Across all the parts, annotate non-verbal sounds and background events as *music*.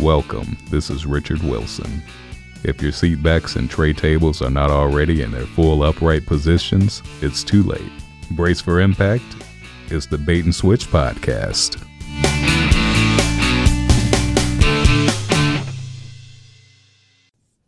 Welcome, this is Richard Wilson. If your seat backs and tray tables are not already in their full upright positions, it's too late. Brace for impact. It's the Bait and Switch Podcast.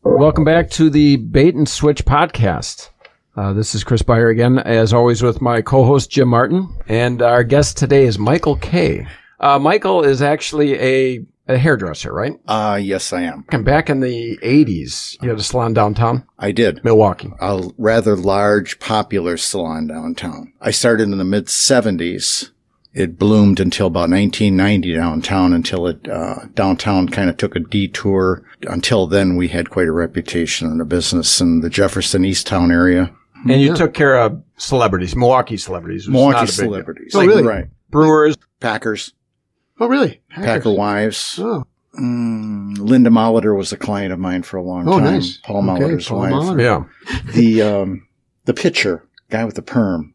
Welcome back to the Bait and Switch podcast. Uh, this is Chris Byer again, as always, with my co host Jim Martin. And our guest today is Michael Kay. Uh, Michael is actually a, a hairdresser, right? Uh, yes, I am. And back in the 80s, you had a salon downtown, I did. Milwaukee. A rather large, popular salon downtown. I started in the mid 70s. It bloomed until about 1990 downtown, until it, uh, downtown kind of took a detour. Until then, we had quite a reputation in the business in the Jefferson Easttown area. And you took care of celebrities, Milwaukee celebrities. which is not a Milwaukee big deal. celebrities. Oh, really? Right. Brewers. Packers, Oh, really? Packer wives. Oh, Mm, Linda Molitor was a client of mine for a long oh time. nice. Paul Molitor's wife. Yeah. The, um, the pitcher, guy with the perm.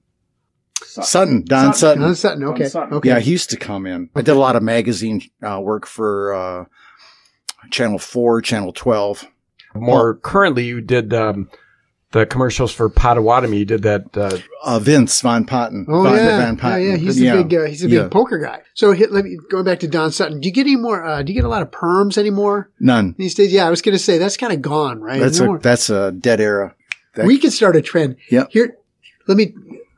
Sutton, Don Sutton. Another Sutton. Okay. Okay. Yeah, he used to come in. I did a lot of magazine uh, work for uh, Channel 4, Channel 12. More currently, you did um, the commercials for Potawatomi. You did that. Uh, Uh, Vince Von Patten. Oh Von, yeah, Van yeah, Patten. yeah. He's a big, uh, he's a big Yeah. poker guy. So hit, let me, going back to Don Sutton, do you get any more? Uh, do you get a lot of perms anymore None. these days? Yeah, I was going to say that's kind of gone, right? That's No a more- that's a dead era. that- we could start a trend. Yeah. Here, let me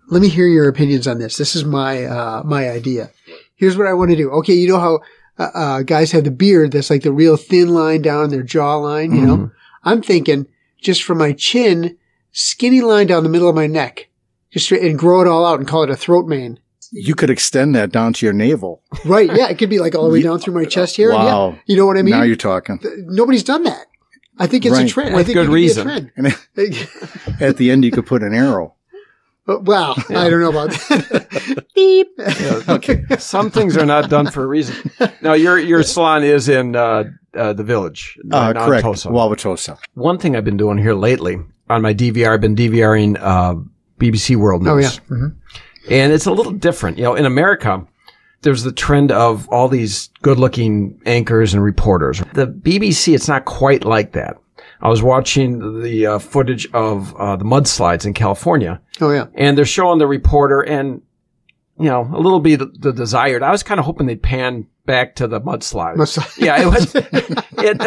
let me hear your opinions on this. This is my uh, my idea. Here's what I want to do. Okay, you know how uh, uh, guys have the beard that's like the real thin line down their jawline. You know, I'm thinking just from my chin, skinny line down the middle of my neck, just straight, and grow it all out and call it a throat mane. You could extend that down to your navel. Right? Yeah, it could be like all *laughs* the way down through my chest here. and Wow. Yeah, you know what I mean? now you're talking. Th- Nobody's done that. I think it's a Right. trend. I With think good it could reason. And *laughs* Be a trend. at the end, you could put an *laughs* arrow. Uh, *laughs* Well, I don't know about that. Beep. Okay. Some things are not done for a *laughs* reason. Now, your your salon is in uh, uh, the village, Uh, not correct. Tulsa. Wauwatosa. One thing I've been doing here lately on my DVR, I've been DVRing uh, BBC World News. Oh yeah. Mm-hmm. And it's a little different. You know, in America, there's the trend of all these good looking anchors and reporters. The BBC, it's not quite like that. I was watching the uh, footage of uh, the mudslides in California, Oh yeah. and they're showing the reporter and, you know, a little bit the desired. I was kind of hoping they'd pan back to the mudslides. Must- *laughs* yeah, it *laughs* was. It,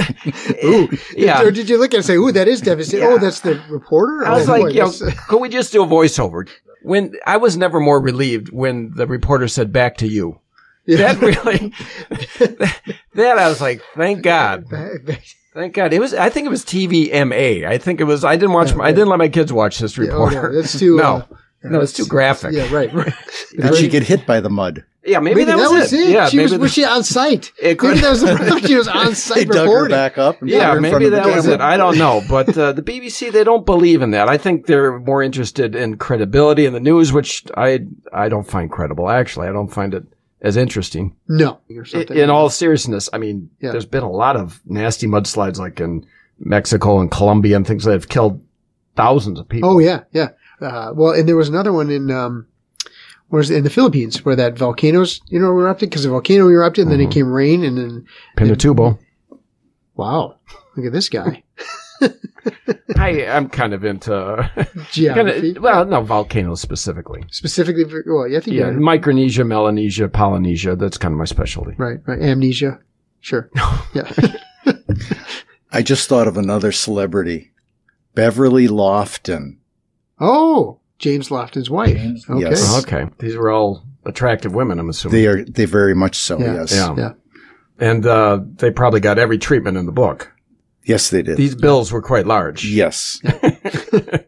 *laughs* yeah. Or did you look at it and say, "Ooh, that is devastating." Oh, that's the reporter. I was oh, boy, like, you know, that's- *laughs* could we just do a voiceover? When I was never more relieved when the reporter said back to *laughs* you. *laughs* That really, *laughs* that I was like, thank God, thank God. It was, I think it was TVMA. I think it was. I didn't watch. my, I didn't let my kids watch this oh, reporter. no, that's too. no, uh, *laughs* no, it's too graphic. Yeah, yeah, right. *laughs* right. Did she get hit by the mud? maybe, that, was, it. Yeah, she maybe was, th- was she on *laughs* site? It maybe could- that was the problem. *laughs* She was *laughs* on *laughs* They site dug her reporting. back up. And put Yeah, her in front maybe of the that was camera. it. I don't know, but uh, the BBC they don't believe in that. I think they're more interested in credibility in the news, which I I don't find credible. Actually, I don't find it as interesting. No. Or I- something. In all seriousness, I mean, Yeah. there's been a lot of nasty mudslides, like in Mexico and Colombia and things that have killed thousands of people. oh yeah, yeah. Uh, well, and there was another one in. Um, was in the Philippines where that volcanoes, you know, erupted because the volcano erupted and Mm-hmm. then it came rain and then, *laughs* Pinatubo. wow, look at *laughs* this guy. I I'm kind of into *laughs* kind Geography. of, well, no volcanoes specifically. Specifically for, well, yeah, I think you Yeah, had it. Micronesia, Melanesia, Polynesia. That's kind of my specialty. Right, right. Amnesia. *laughs* Sure. Yeah. *laughs* I just thought of another celebrity, Beverly Lofton. Oh, James Lofton's wife. Okay. yes. Okay, these were all attractive women. I'm assuming. They are. They very much so. Yeah. Yes. Yeah. Yeah. And uh, they probably got every treatment in the book. Yes, they did. These bills were quite large. *laughs* yes.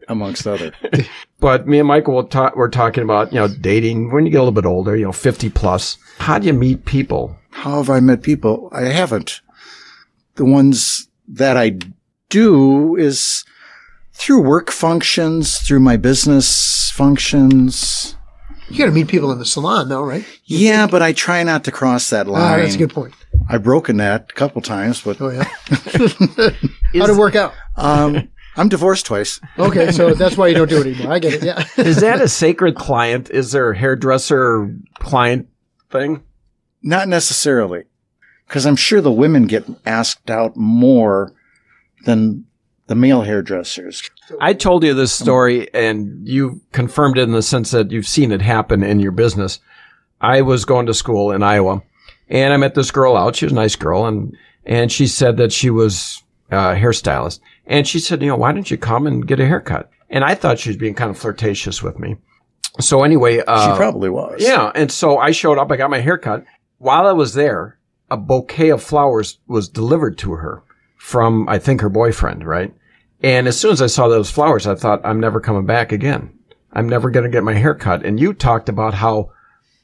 Amongst other. But me and Michael were, ta- were talking about, you know, dating when you get a little bit older, you know, 50 plus. How do you meet people? How have I met people? I haven't. The ones that I do is through work functions, through my business functions. You got to meet people in the salon, though, right? Yeah, but I try not to cross that Ah, line. that's a good point. I've broken that a couple times, but *laughs* Oh, yeah. How'd it work out? um, I'm divorced twice. Okay, so that's why you don't do it anymore. I get it. Yeah. Is that a sacred client? Is there a hairdresser client thing? Not necessarily. Because I'm sure the women get asked out more than the male hairdressers. I told you this story, and you confirmed it in the sense that you've seen it happen in your business. I was going to school in Iowa, and I met this girl out. She was a nice girl, and and she said that she was a hairstylist, and she said, you know, why don't you come and get a haircut? And I thought she was being kind of flirtatious with me. So anyway, uh, Oh. she probably was. yeah, and so I showed up. I got my haircut. While I was there, a bouquet of flowers was delivered to her from, I think, her boyfriend, right? And as soon as I saw those flowers, I thought, I'm never coming back again. I'm never going to get my hair cut. And you talked about how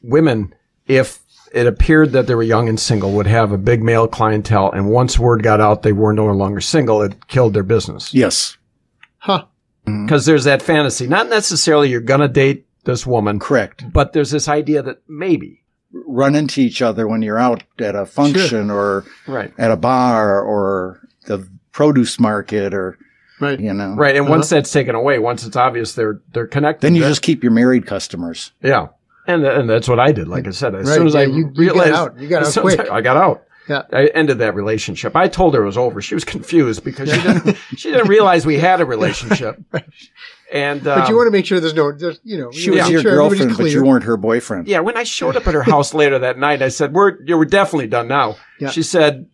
women, if it appeared that they were young and single, would have a big male clientele. And once word got out they were no longer single, it killed their business. Yes. *laughs* Huh. Because there's that fantasy. Not necessarily you're going to date this woman, Correct. but there's this idea that maybe. Run into each other when you're out at a function or Right. at a bar or the produce market or, Right. you know. Right. And Uh-huh. once that's taken away, once it's obvious they're they're connected. Then you that- just keep your married customers. Yeah. And, and that's what I did. Like I said, as Right, soon as yeah, I you- you got realized, out. You got as *laughs* out soon as quick. I, I got out. Yeah. I ended that relationship. I told her it was over. She was *laughs* confused because she *laughs* didn't she didn't realize we had a relationship. And um, But you want to make sure there's no, there's, you know, She you was wanna your make sure everybody's girlfriend, but clear. you weren't her boyfriend. yeah, when I showed up at her house later that night, I said, "We're you were definitely done now." Yeah. She said,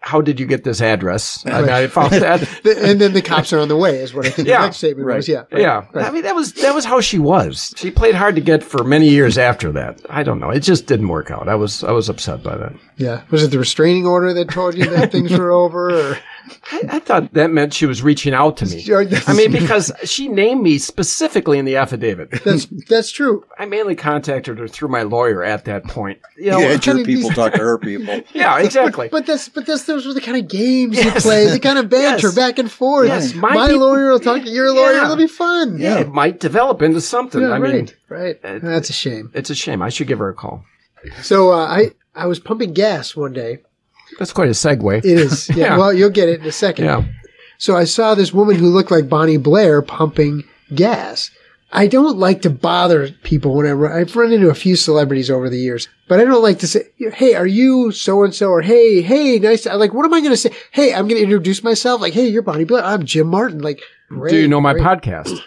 "How did you get this address?" I, mean, I found that. The- and then the cops are on the way is what I think Yeah. the next statement was. Yeah. right, Yeah, right. I mean that was that was how she was. She played hard to get for many years after that. I don't know. It just didn't work out. I was I was upset by that. Yeah. Was it the restraining order that told you that things *laughs* were over? Or, I, I thought that meant she was reaching out to me. I mean, because she named me specifically in the affidavit. that's that's true. I mainly contacted her through my lawyer at that point. You know, Yeah, yeah, I your mean, *laughs* people these- talk to her people. exactly. *laughs* But that's but that's those were the kind of games you Yes. play, the kind of banter Yes. back and forth. Yes, My, my peop- lawyer will talk to your lawyer. Yeah. It'll be fun. yeah, it might develop into something. Yeah, I right, mean, right. uh, That's a shame. it's a shame. I should give her a call. So uh, I I was pumping gas one day. That's quite a segue. *laughs* It is. Yeah. Yeah. Well, you'll get it in a second. yeah. So I saw this woman who looked like Bonnie Blair pumping gas. I don't like to bother people whenever I've run into a few celebrities over the years, but I don't like to say, Hey, are you so and so? Or Hey, hey, nice. I like, what am I going to say? Hey, I'm going to introduce myself. Like, Hey, you're Bonnie Blair. I'm Jim Martin. Like, Do you great, know my great. podcast?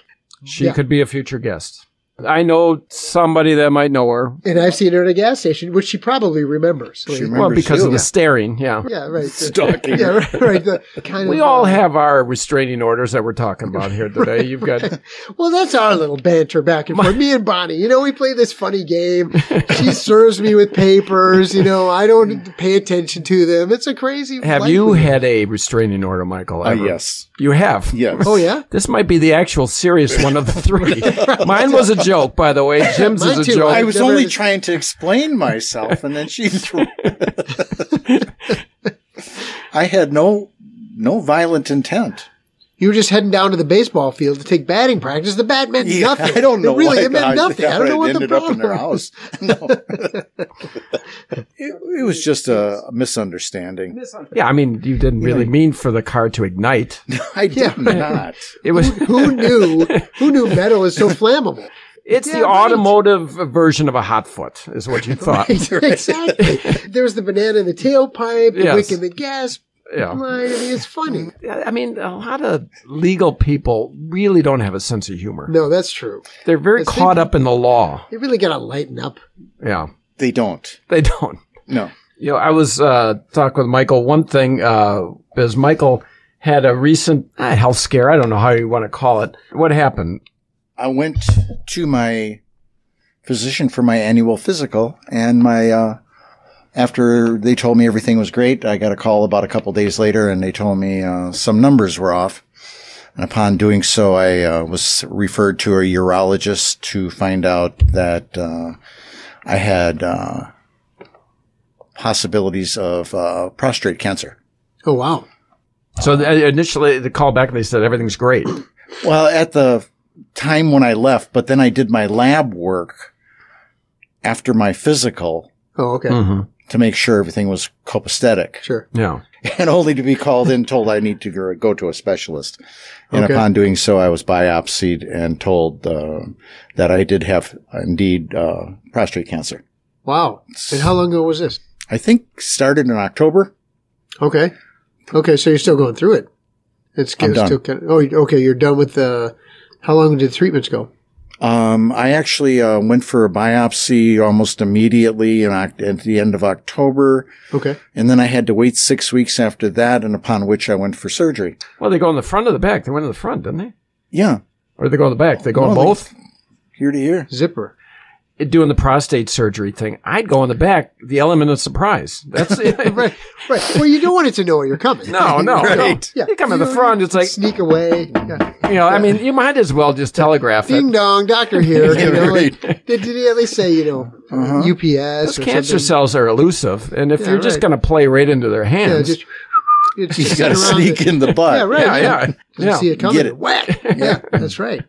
She Yeah. could be a future guest. I know somebody that might know her. And I've seen her at a gas station, which she probably remembers. She Well, remembers because you. of the staring. Yeah. yeah, *laughs* right. Stalking. Yeah, right. right. The kind We of, all uh, have our restraining orders that we're talking about here *laughs* today. You've got Well, that's our little banter back and forth. Me and Bonnie, you know, we play this funny game. She serves me with papers. You know, I don't pay attention to them. It's a crazy. Have life you we- had a restraining order, Michael? Uh, ever? yes. You have? Yes. Oh yeah. This might be the actual serious one of the three. Mine was a joke, by the *laughs* way. Jim's Mine is a too. joke. I I was never- only trying to explain myself, and then *laughs* she threw. I had no no violent intent. You were just heading down to the baseball field to take batting practice. The bat meant nothing. I don't know. It really, why it meant I- nothing. I don't know it what the ended up in problem their was. *laughs* house. No, *laughs* it, it was just a misunderstanding. yeah, I mean, you didn't really mean for the car to ignite. I did not. It *laughs* was. Who knew? Who knew metal is *laughs* so flammable? It's Yeah, the right. automotive version of a hot foot, is what *laughs* you thought. exactly. There's the banana in the tailpipe, the Yes. wick in the gas Yeah. line. I mean, it's funny. I mean, a lot of legal people really don't have a sense of humor. No, that's true. They're very It's caught up in the law. You really got to lighten up. Yeah, They don't. they don't. No. You know, I was uh, talking with Michael. One thing uh, is Michael had a recent uh, health scare. I don't know how you want to call it. What happened? I went to my physician for my annual physical, and my uh, after they told me everything was great, I got a call about a couple days later, and they told me uh, some numbers were off. And upon doing so, I uh, was referred to a urologist to find out that uh, I had uh, possibilities of uh, prostate cancer. Oh wow. So the, uh, initially, the call back, they said everything's great. Well, at the time when I left, but then I did my lab work after my physical Oh okay. Hmm. Mm-hmm. to make sure everything was copacetic *laughs* Sure. Yeah. and only to be called in told I need to go- go to a specialist. And Okay. upon doing so, I was biopsied and told uh, that I did have indeed uh, prostate cancer. Wow. And how long ago was this? I think started in October. Okay. Okay, so you're still going through it. It's, I'm it's done. still kind of, oh, you- okay, you're done with the. How long did the treatments go? Um, I actually uh, went for a biopsy almost immediately in, Oc- at the end of October, Okay. and then I had to wait six weeks after that, and upon which I went for surgery. Well, they go in the front or the back. They went in the front, didn't they? Yeah, Or they go in the back. They go in No, they- both. year to year. Zipper. doing the prostate surgery thing. I'd go in the back. The element of surprise. That's it. right. Right. Well, you don't want it to know you're coming. No, *laughs* no, Right. no. Yeah. You come in the front. It's like *laughs* Sneak away. Yeah. you know. I mean, you might as well just telegraph Ding that. dong, doctor here. you *laughs* know, right. Uh-huh. like, did, did he at least say, you know, UPS Those or cancer something? cells are elusive, and if Yeah, you're just right. going to play right into their Yeah, hands, just, *laughs* you just You sit got to around sneak it. in the butt. Yeah, right. yeah, yeah. You yeah. see it coming. Get it. Whack. Yeah, that's right.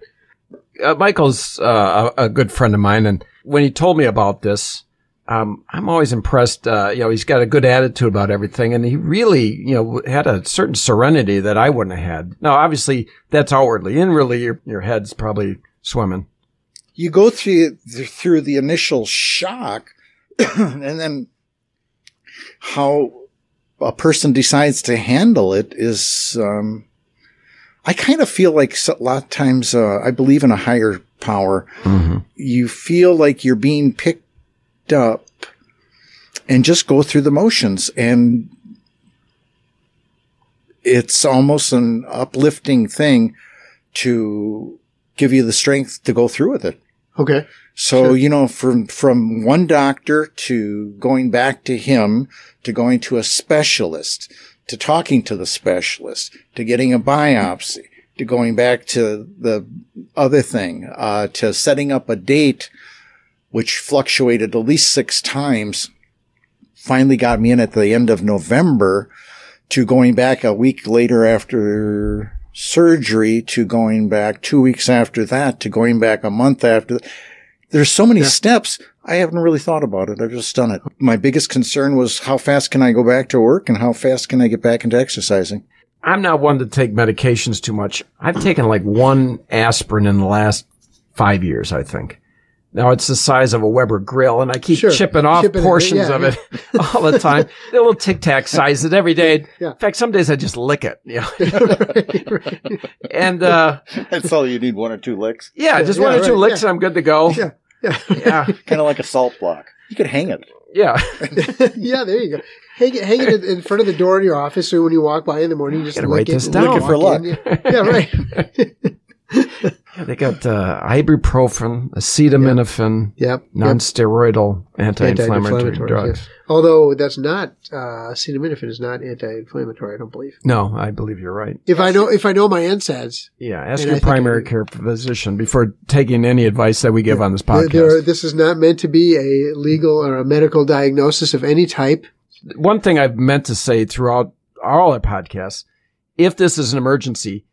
uh, Michael's uh, a, a good friend of mine, and when he told me about this, um, I'm always impressed. Uh, you know, he's got a good attitude about everything, and he really, you know, had a certain serenity that I wouldn't have had. Now, obviously, that's outwardly. Inwardly, your your head's probably swimming. you go through through the initial shock *clears throat* and then how a person decides to handle it is um i kind of feel like s- a lot of times uh, i believe in a higher power you feel like you're being picked up and just go through the motions and it's almost an uplifting thing to give you the strength to go through with it Okay. *laughs* so you know, from from one doctor to going back to him to going to a specialist to talking to the specialist to getting a biopsy to going back to the other thing uh, to setting up a date, which fluctuated at least six times. Finally, got me in at the end of November to going back a week later after surgery to going back two weeks after that to going back a month after there's so many steps. I haven't really thought about it. I've just done it. My biggest concern was how fast can I go back to work and how fast can I get back into exercising? I'm not one to take medications too much. I've taken like one aspirin in the last five years, I think. Now it's the size of a Weber grill, and I keep Sure. chipping off Chipping it, portions yeah, of it *laughs* all the time. the little tic *laughs* tac size it every day. Yeah. In fact, some days I just lick it. *laughs* You know? Right. and uh, *laughs* That's all you need one or two licks. yeah, Yeah, just yeah, one or two right, licks, and I'm good to go. Yeah. *laughs* Yeah. yeah, Kind of like a salt block. You could hang it. *laughs* yeah. yeah, there you go. Hang it, hang it in- in front of the door of your office, so when you walk by in the morning, you just Gotta look write it, this look down. it Looking for walk in. Yeah, Yeah, *laughs* right. They got uh, ibuprofen, acetaminophen, Yep. yep. non-steroidal anti-inflammatory, Anti-inflammatory, drugs. yes. Although that's not uh, acetaminophen is not anti-inflammatory. I don't believe. No, I believe you're right. If I know if I know my NSAIDs, Yeah, ask And your I think- primary care physician before taking any advice that we give on this th- podcast. there, this is not meant to be a legal or a medical diagnosis of any *laughs* type. One thing I've meant to say throughout all our podcasts if this is an emergency,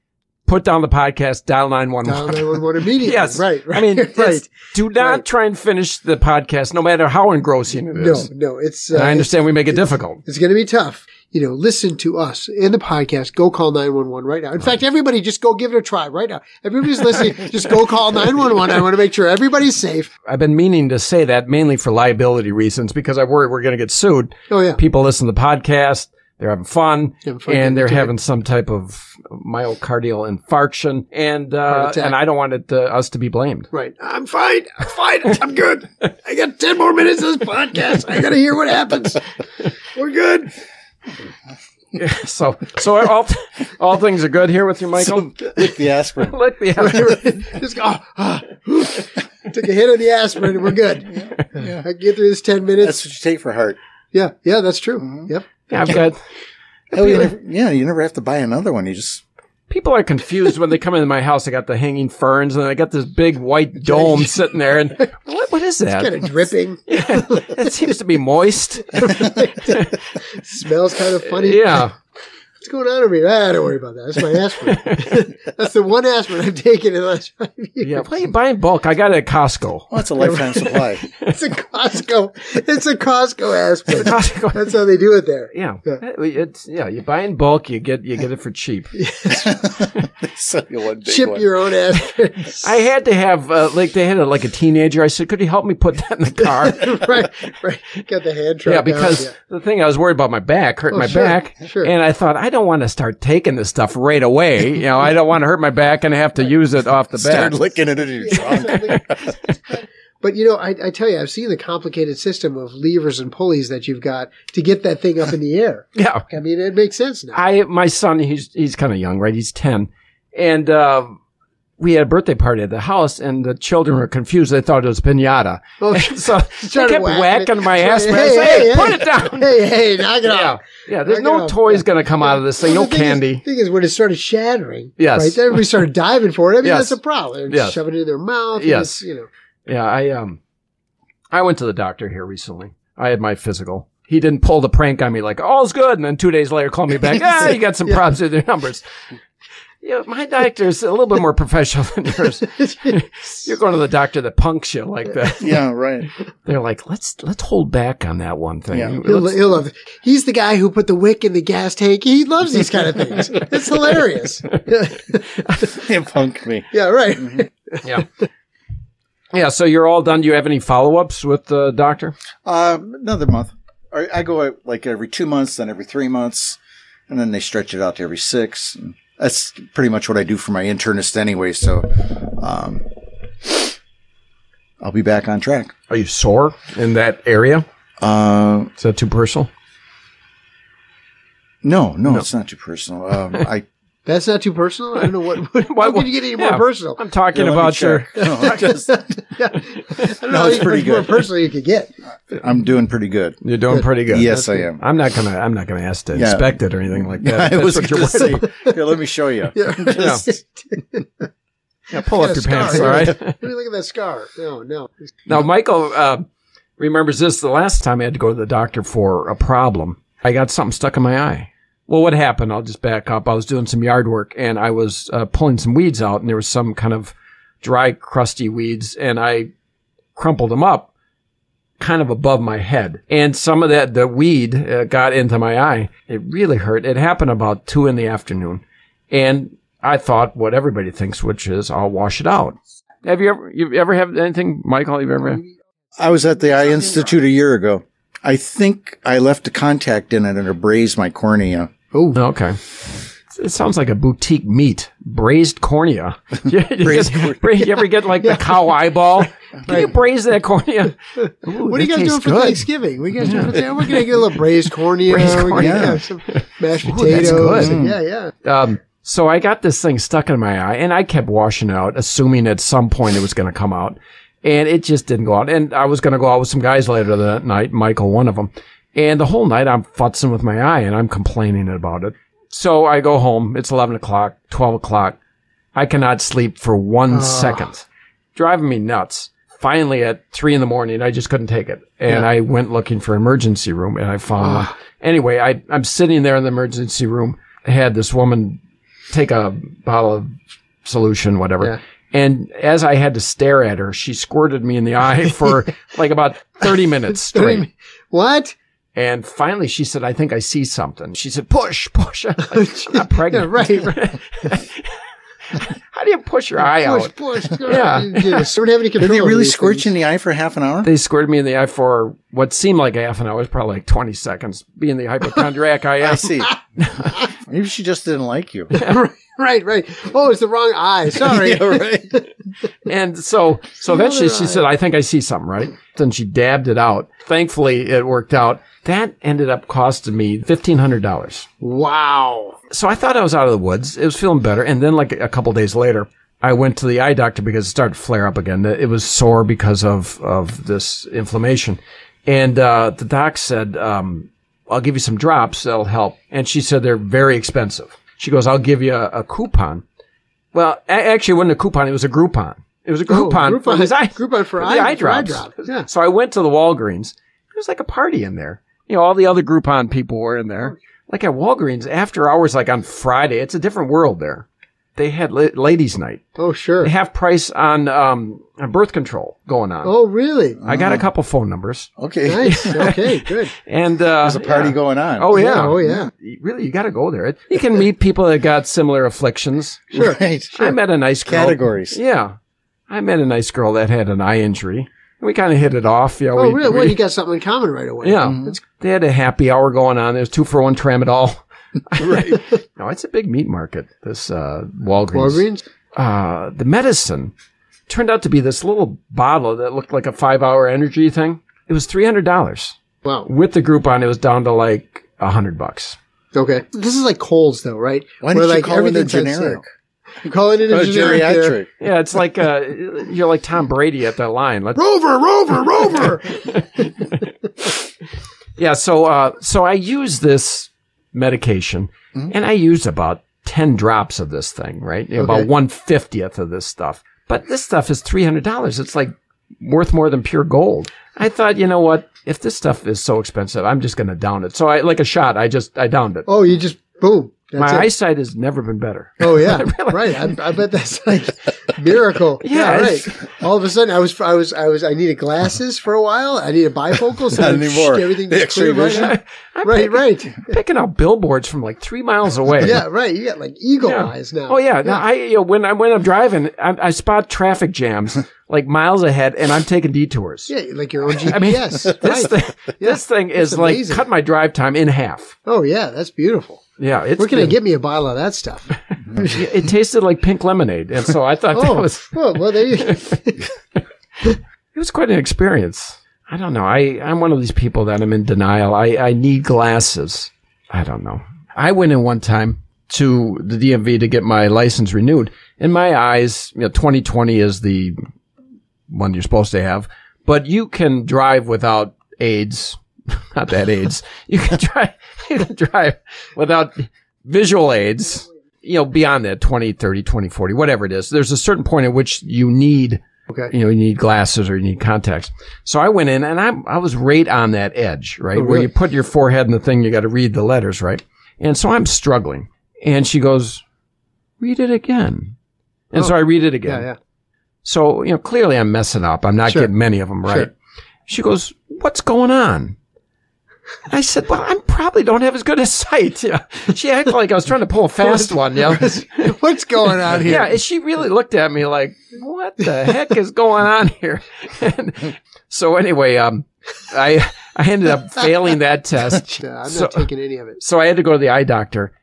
put down the podcast, dial Dial 911. 911 immediately. *laughs* Yes. Right. Right. I *laughs* mean, right. yes, do not Right. try and finish the podcast, no matter how engrossing it No. is. No. It's. uh, And I it's- understand we make it difficult. It's going to be tough. You know, listen to us in the podcast. Go call 911 right now. In fact, everybody just go give it a try right now. Everybody's *laughs* listening. just go call 911. I want to make sure everybody's safe. I've been meaning to say that mainly for liability reasons because I worry we're going to get sued. Oh, yeah. People listen to the podcast, they're having fun, Having fun, and they're getting into having some type of myocardial infarction, and uh, Heart attack. and I don't want it, uh, us to be blamed. *laughs* Right. I'm fine. I'm fine. I'm good. I got 10 more minutes of this podcast. I got to hear what happens. We're good. So, so are all all things are good here with you, Michael. Lick the *laughs* aspirin. Let me have just go. ah, *laughs* Took a hit of the aspirin and we're good. I can get through this 10 minutes. That's what you take for heart. yeah. Yeah, that's Mhm. true. Yep. I've got Hell, Oh, you never, yeah, you never have to buy another one. You just people are confused when they come into my house. I got the hanging ferns, and I got this big white *laughs* dome sitting there. And what what is Kind that? *laughs* of *laughs* dripping. It seems to be moist. *laughs* Smells kind of funny. Yeah, What's going on over here? Ah, don't worry about that. *laughs* That's my aspirin. That's the one aspirin I've taken in the last five years. yeah. Why you buying bulk? I got it at *laughs* Costco. well, it's a lifetime supply. *laughs* It's a Costco. It's a Costco *laughs* aspirin. Costco. That's how they do it there. Yeah, Yeah. *laughs* it's yeah. You buy in bulk, you get you get it for cheap. sell you one big Chip one. your own ass. *laughs* I had to have uh, like they had a, like a teenager. I said, could you help me put that in the *laughs* car? right, right. Got the hand yeah, drop down. because Yeah. the thing I was worried about my back hurt Oh, my sure, back, sure. *laughs* and I thought I don't want to start taking this stuff right away. You know, I don't want to hurt my back and have to use it off the Start bat. licking it in *laughs* your trunk. But you know, I, I tell you, I've seen the complicated system of levers and pulleys that you've got to get that thing up in the air. Yeah, I mean, it makes sense now. I my son he's he's kind of young, right? He's ten, and uh, we had a birthday party at the house, and the children were confused. They thought it was pinata, *laughs* Oh, *laughs* so they Started kept whacking whacking it. my ass. *laughs* Hey, man. I said, hey, hey, hey. put it down. hey, hey, knock it Yeah, off. yeah. There's Knock it no off. toys gonna come out of this thing. Well, No the thing candy. Is, thing is, when it started shattering, Yes. right? Then everybody started diving for it. I mean, Yes. that's a problem. They're Yes. shoving it in their mouth. and Yes. it's, you know. *laughs* Yeah, I um, I went to the doctor here recently. I had my physical. He didn't pull the prank on me like all's good, and then two days later call me *laughs* back. ah, you got some problems with your numbers. Yeah, my doctor's a little bit more professional than yours. *laughs* You're going to the doctor that punks you like that. yeah, right. They're like, let's let's hold back on that one thing. Yeah. He'll, Let's- he'll love it. He's the guy who put the wick in the gas tank. He loves these kind of things. *laughs* It's hilarious. *laughs* You punked me. yeah, right. yeah. Yeah, so you're all done. Do you have any follow ups with the doctor? Um, another month. Or I go out like every two months, then every three months, and then they stretch it out to every six. And that's pretty much what I do for my internist anyway. So, um, I'll be back on track. Are you sore in that area? Uh, Is that too personal? no, no, it's not too personal. *laughs* Um, I That's not too personal. I don't know what. what how can you get any more yeah. personal? I'm talking Let me about your. check. No, I'm just- *laughs* Yeah. I don't No, know it's how pretty much more good. personal you *laughs* could get. I'm doing pretty good. You're doing pretty good. yes, I am. I'm not gonna. I'm not gonna ask to Yeah. inspect it or anything like that. *laughs* I That's was what you're going to say. worried. Here, let me *laughs* show you. *laughs* Yeah. Yeah, pull up your scar. pants, all *laughs* right? Let me look at that scar. No, no. now, Michael uh, remembers this. The last time I had to go to the doctor for a problem, I got something stuck in my eye. Well, what happened? I'll just back up. I was doing some yard work and I was uh, pulling some weeds out, and there was some kind of dry, crusty weeds, and I crumpled them up, kind of above my head, and some of that the weed uh, got into my eye. It really hurt. It happened about two in the afternoon, and I thought what everybody thinks, which is I'll wash it out. Have you ever you ever had anything, Michael? You've ever had? I was at the Eye Institute a year ago. I think I left a contact in it and it braised my cornea. Oh, No, Okay. It sounds like a boutique meat. Braised *laughs* cornea. braised cornea. You ever get like the *laughs* cow eyeball? Can you braise that cornea? Ooh, what are you that guys doing tastes for good. Thanksgiving? What are you guys doing for Thanksgiving? We're gonna get a little *laughs* braised cornea. Braised We're gonna cornea. have some *laughs* mashed Ooh, that's potatoes. good. and- Yeah, yeah. Um, so I got this thing stuck in my eye, and I kept washing it out, assuming at some point it was going to come out, and it just didn't go out. And I was going to go out with some guys later that night, Michael, one of them, and the whole night I'm futzing with my eye and I'm complaining about it. So I go home. It's eleven o'clock, twelve o'clock. I cannot sleep for one second, driving me nuts. Finally, at three in the morning, I just couldn't take it, and I went looking for an emergency room, and I found *laughs* one. Anyway, I, I'm sitting there in the emergency room. I had this woman take a bottle of solution, whatever. Yeah. And as I had to stare at her, she squirted me in the *laughs* eye for like about 30 minutes Three straight. mi- What? And finally, she said, I think I see something. She said, push, push. I'm like, *laughs* I'm not Yeah, pregnant. right. *laughs* How do you push your eye push, out? *laughs* push. Yeah. You just don't have any control. Did they over really these squirt things. you in the eye for half an hour? They squirted me in the eye for what seemed like half an hour. It was probably like 20 seconds. Being the hypochondriac I I am. *laughs* see. Maybe she just didn't like you. *laughs* Right, right. Oh, it's the wrong *laughs* eye. *laughs* Sorry. Yeah, right. And so, so eventually she eye. said, I think I see something, right? Then she dabbed it out. Thankfully, it worked out. That ended up costing me $1,500. Wow. So I thought I was out of the woods. It was feeling better. And then, like a couple days later, I went to the eye doctor because it started to flare up again. It was sore because of, of this inflammation. And uh, the doc said, um, I'll give you some drops that'll help. And she said they're very expensive. She goes, I'll give you a, a coupon. Well, a- actually, it wasn't a coupon. It was a Groupon. It was a Groupon. Oh, Groupon- *laughs* for his eye- Groupon for the eye- eye for eye drops. drops, yeah. *laughs* So I went to the Walgreens. There was like a party in there. You know, all the other Groupon people were in there. Like at Walgreens, after hours, like on Friday, it's a different world there. they had la- ladies' night. Oh, sure. They half price on um, on birth control going on. Oh, *laughs* really? I got a couple phone numbers, Okay. Nice. Okay, *laughs* good. and uh, There's a party yeah. going on. Oh yeah. Oh, yeah. You- Really, you got to go there. It- You can meet people that got similar afflictions. Sure. Right. I met a nice girl. *laughs* Categories. Yeah, I met a nice girl that had an eye injury. We kind of hit it off. Yeah, Oh, we, really? we- Well, you got something in common right away. Yeah. *laughs* They had a happy hour going on. There's two for one tramadol. Right. *laughs* No, it's a big meat market. This uh, Walgreens. Walgreens. Uh, the medicine turned out to be this little bottle that looked like a five hour energy thing. It was three hundred dollars Wow. with the Groupon. It was down to like a hundred bucks. Okay. This is like colds, though, right? Why didn't Where, you like, call it a everything's on sale. generic? You call it a A generic there. geriatric. Yeah, it's like uh, *laughs* you're like Tom Brady at that line. Let's Rover, Rover, *laughs* Rover. Yeah, so uh, so I use this medication, Mm-hmm. and I use about ten drops of this thing, right? About Okay. one fiftieth of this stuff. But this stuff is three hundred dollars. It's like worth more than pure gold. I thought, you know what? If this stuff is so expensive, I'm just going to down it. So I like a shot. I just I downed it. oh, you just boom. That's My it. eyesight has never been better. *laughs* Oh yeah, right. I, I bet that's like miracle. Yeah, Yeah, it's- right. All of a sudden, I was, I was, I was. I needed glasses for a while. I needed bifocals. Not and then, anymore. shh, Everything The just X-ray cleared right *laughs* vision. up. I'm Right, picking, right. *laughs* picking out billboards from like three miles away. *laughs* Yeah, right. You got like eagle Yeah. eyes now. Oh yeah, Now, I you know, when I when I'm driving, I, I spot traffic *laughs* jams like miles ahead, and I'm taking detours. yeah, like your own *laughs* GPS. I mean, right. this thing, this thing is like amazing. cut my drive time in half. oh yeah, that's beautiful. Yeah, it's Where can I been- get me a bottle of that *laughs* stuff? *laughs* It tasted like pink lemonade, and so I thought that Oh, was well, *laughs* well, there you. it was quite an experience. I don't know. I I'm one of these people that I'm in denial. I I need glasses. I don't know. I went in one time to the DMV to get my license renewed. In my eyes, you know, 2020 is the one you're supposed to have, but you can drive without AIDS. *laughs* Not that AIDS. You can *laughs* drive. You can drive without visual aids. You know, beyond that, 20, 30, 20, 40, whatever it is. There's a certain point at which you need Okay. you know, you need glasses or you need contacts. So I went in and I, I was right on that edge, right? Oh, Where you put your forehead in the thing, you got to read the letters, right? And so I'm struggling. And she goes, read it again. And so I read it Oh. Yeah, again. yeah. So, you know, clearly I'm messing up. I'm not Sure. getting many of them right. Sure. She goes, what's going on? I said, well, I probably don't have as good a *laughs* sight. Yeah. She acted like I was trying to pull a fast one. Yeah. *laughs* What's going on here? Yeah, and she really looked at me like, "What the heck is going on here?" *laughs* And so anyway, um, I I ended up failing that test. Yeah, I'm So- not taking any of it. So I had to go to the eye doctor.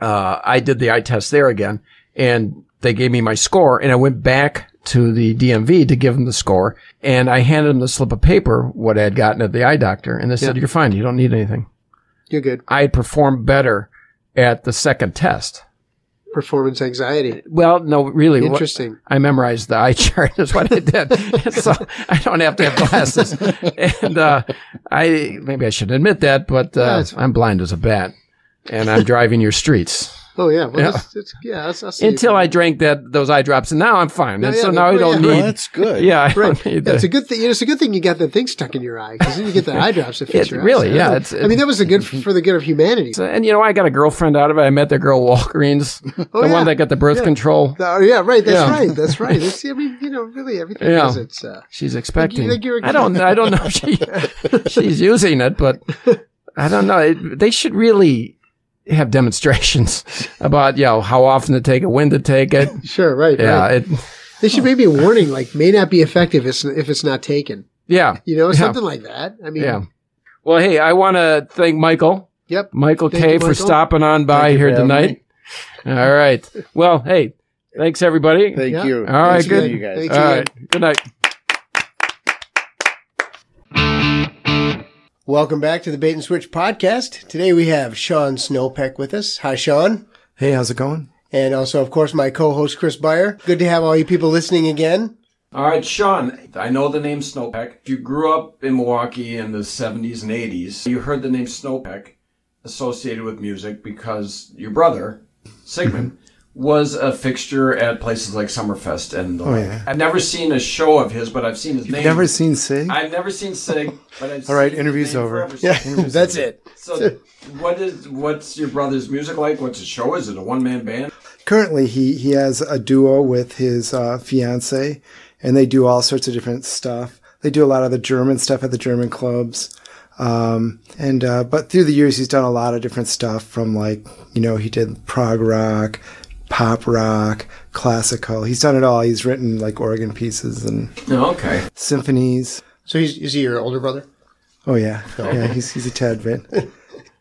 Uh, I did the eye test there again, and they gave me my score. And I went back to the DMV to give them the score, and I handed them the slip of paper what I had gotten at the eye doctor, and they said, "You're fine. You don't need anything." You're good. I had performed better at the second test. Performance anxiety. Well, no, really, what- Interesting. I memorized the eye *laughs* chart is what I did. *laughs* so I don't have to have glasses. And uh, I maybe I should admit that, but Yeah, uh, it's I'm blind as a bat. And I'm driving your streets *laughs* Oh yeah. Well, Yeah. That's, that's, yeah. That's, that's until I drank that those eye drops, and now I'm fine. And Yeah, so yeah, now I yeah, don't yeah. Well, need. that's good. Yeah, I Right. don't need Yeah, it's a the- good thing. It's a good thing you got that thing stuck in your eye because then you get the eye drops to fix It- your eyes. really, *laughs* yeah, I, it's- I mean, that was a good for the good of humanity. so- and you know, I got a girlfriend out of it. I met the girl Walgreens, the Oh, yeah. one that got the birth control. Oh, yeah, right. That's Yeah. right. That's right. It's, I mean, you know, really everything Yeah. is its. Uh, She's expecting. think you're a- I don't. I don't know if she *laughs* she's using it, but I don't know. It, they should really have demonstrations *laughs* about you know how often to take it, when to take *laughs* it. sure. Right. Yeah. Right. It, They should maybe a warning like may not be effective if, if it's not taken. yeah. You know, something like that. I mean, Yeah. Well, hey, I want to thank Michael, yep. Michael Thank K, you, for Michael. stopping on by Thank you here for having tonight. All right. Well, hey, thanks everybody. Thank Yeah. you. All right, Thanks to good. You guys. Thank All right. Good night. Welcome back to the Bait and Switch podcast. Today we have Sean Snowpeck with us. Hi, Sean. Hey, how's it going? And also, of course, my co-host Chris Beyer. Good to have all you people listening again. All right, Sean, I know the name Snowpack. You grew up in Milwaukee in the 70s and 80s. You heard the name Snowpack associated with music because your brother, Sigmund, was a fixture at places like Summerfest and the Oh, yeah. I've never seen a show of his, but I've seen his name. Never seen Sig? I've never seen Sig, but I've *laughs* All right, seen his interview's name over. forever. *laughs* *laughs* That's it. So what is what's your brother's music like? What's his show? Is it a one man band? currently he he has a duo with his uh, fiance, and they do all sorts of different stuff. They do a lot of the German stuff at the German clubs. Um, and uh, but through the years, he's done a lot of different stuff from like you know he did prog rock, pop rock, classical. He's done it all. He's written like organ pieces and Okay. symphonies. So he's is he your older brother? Oh yeah, yeah. He's he's a tad bit.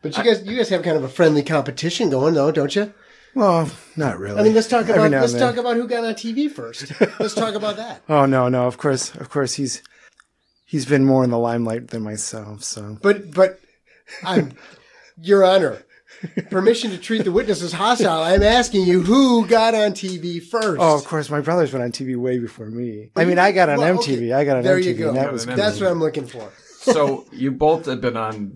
But you guys, you guys have kind of a friendly competition going, though, don't you? Well, not really. I mean, let's talk Every about now and let's then. talk about who got on TV *laughs* first. Let's talk about that. Oh no, no, of course, of course, he's he's been more in the limelight than myself. So But but I'm Your Honor. Permission to treat the witness as hostile. I'm asking you who got on TV first. Oh, of course, my brothers went on TV way before me. I mean, I got on Well, MTV. okay. I got on there MTV. you go. And that was then- That's what I'm looking for. So you both have been on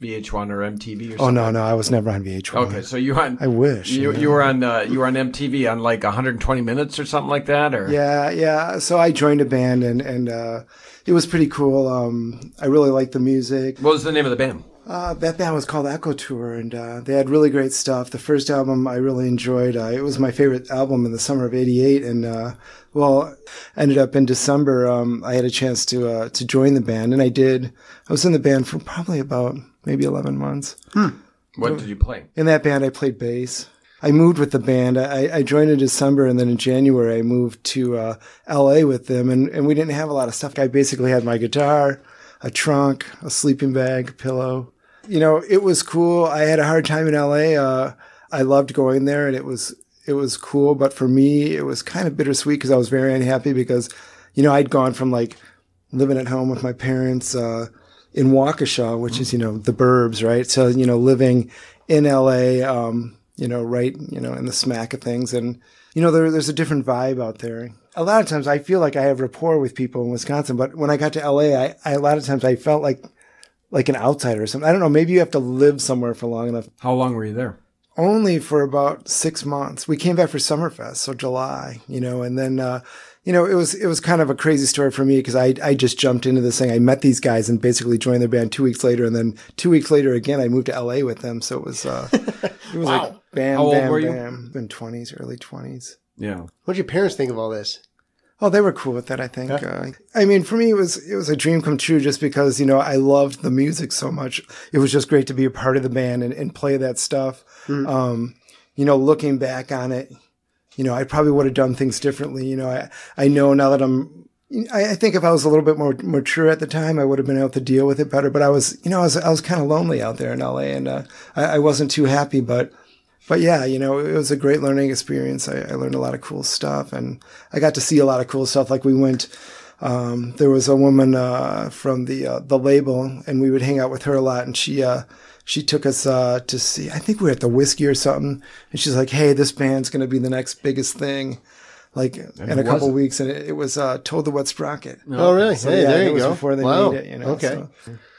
VH1 or MTV or oh something. no, Oh, no, I was never on VH1. Okay, so you on? I wish. you, yeah. you were on uh, you were on MTV on like 120 minutes or something like that, or Yeah, yeah. So I joined a band, and and uh, it was pretty cool. Um, I really liked the music. What was the name of the band? Uh, that band was called Echo Tour, and uh, they had really great stuff. The first album I really enjoyed. Uh, it was my favorite album in the summer of '88, and uh, well, ended up in December. Um, I had a chance to uh, to join the band, and I did. I was in the band for probably about maybe 11 months. What did you play? In that band, I played bass. I moved with the band. I, I joined in December, and then in January, I moved to uh, LA with them, and, and we didn't have a lot of stuff. I basically had my guitar, a trunk, a sleeping bag, a pillow. You know, it was cool. I had a hard time in LA. Uh, I loved going there, and it was it was cool. But for me, it was kind of bittersweet because I was very unhappy because, you know, I'd gone from like living at home with my parents uh, in Waukesha, which is you know the burbs, right? So you know living in LA, um, you know right, you know in the smack of things, and you know there, there's a different vibe out there. A lot of times I feel like I have rapport with people in Wisconsin, but when I got to LA, I, I a lot of times I felt like like an outsider or something. I don't know. Maybe you have to live somewhere for long enough. How long were you there? Only for about six months. We came back for Summerfest, so July, you know, and then uh, you know, it was it was kind of a crazy story for me because I I just jumped into this thing. I met these guys and basically joined their band two weeks later, and then two weeks later again, I moved to LA with them. So it was *laughs* uh, it was like bam, How old bam, were you? bam, in twenties, early twenties. Yeah, What did your parents think of all this? Oh, they were cool with that. I think. Uh, I mean, for me, it was it was a dream come true, just because you know I loved the music so much. It was just great to be a part of the band and, and play that stuff. Um, you know, looking back on it, you know, I probably would have done things differently. You know, I I know now that I'm. I, I think if I was a little bit more mature at the time, I would have been able to deal with it better. But I was, you know, I was I was kind of lonely out there in LA, and uh, I, I wasn't too happy. But but yeah, you know, it was a great learning experience. I, I learned a lot of cool stuff and I got to see a lot of cool stuff. Like we went, um, there was a woman, uh, from the, uh, the label and we would hang out with her a lot and she, uh, she took us, uh, to see, I think we were at the whiskey or something. And she's like, Hey, this band's going to be the next biggest thing. Like in a couple weeks. And it, it was, uh, Told the Wet Sprocket. Oh, really? hey, yeah, there it you was go. Before they wow. made it, you know. okay. so.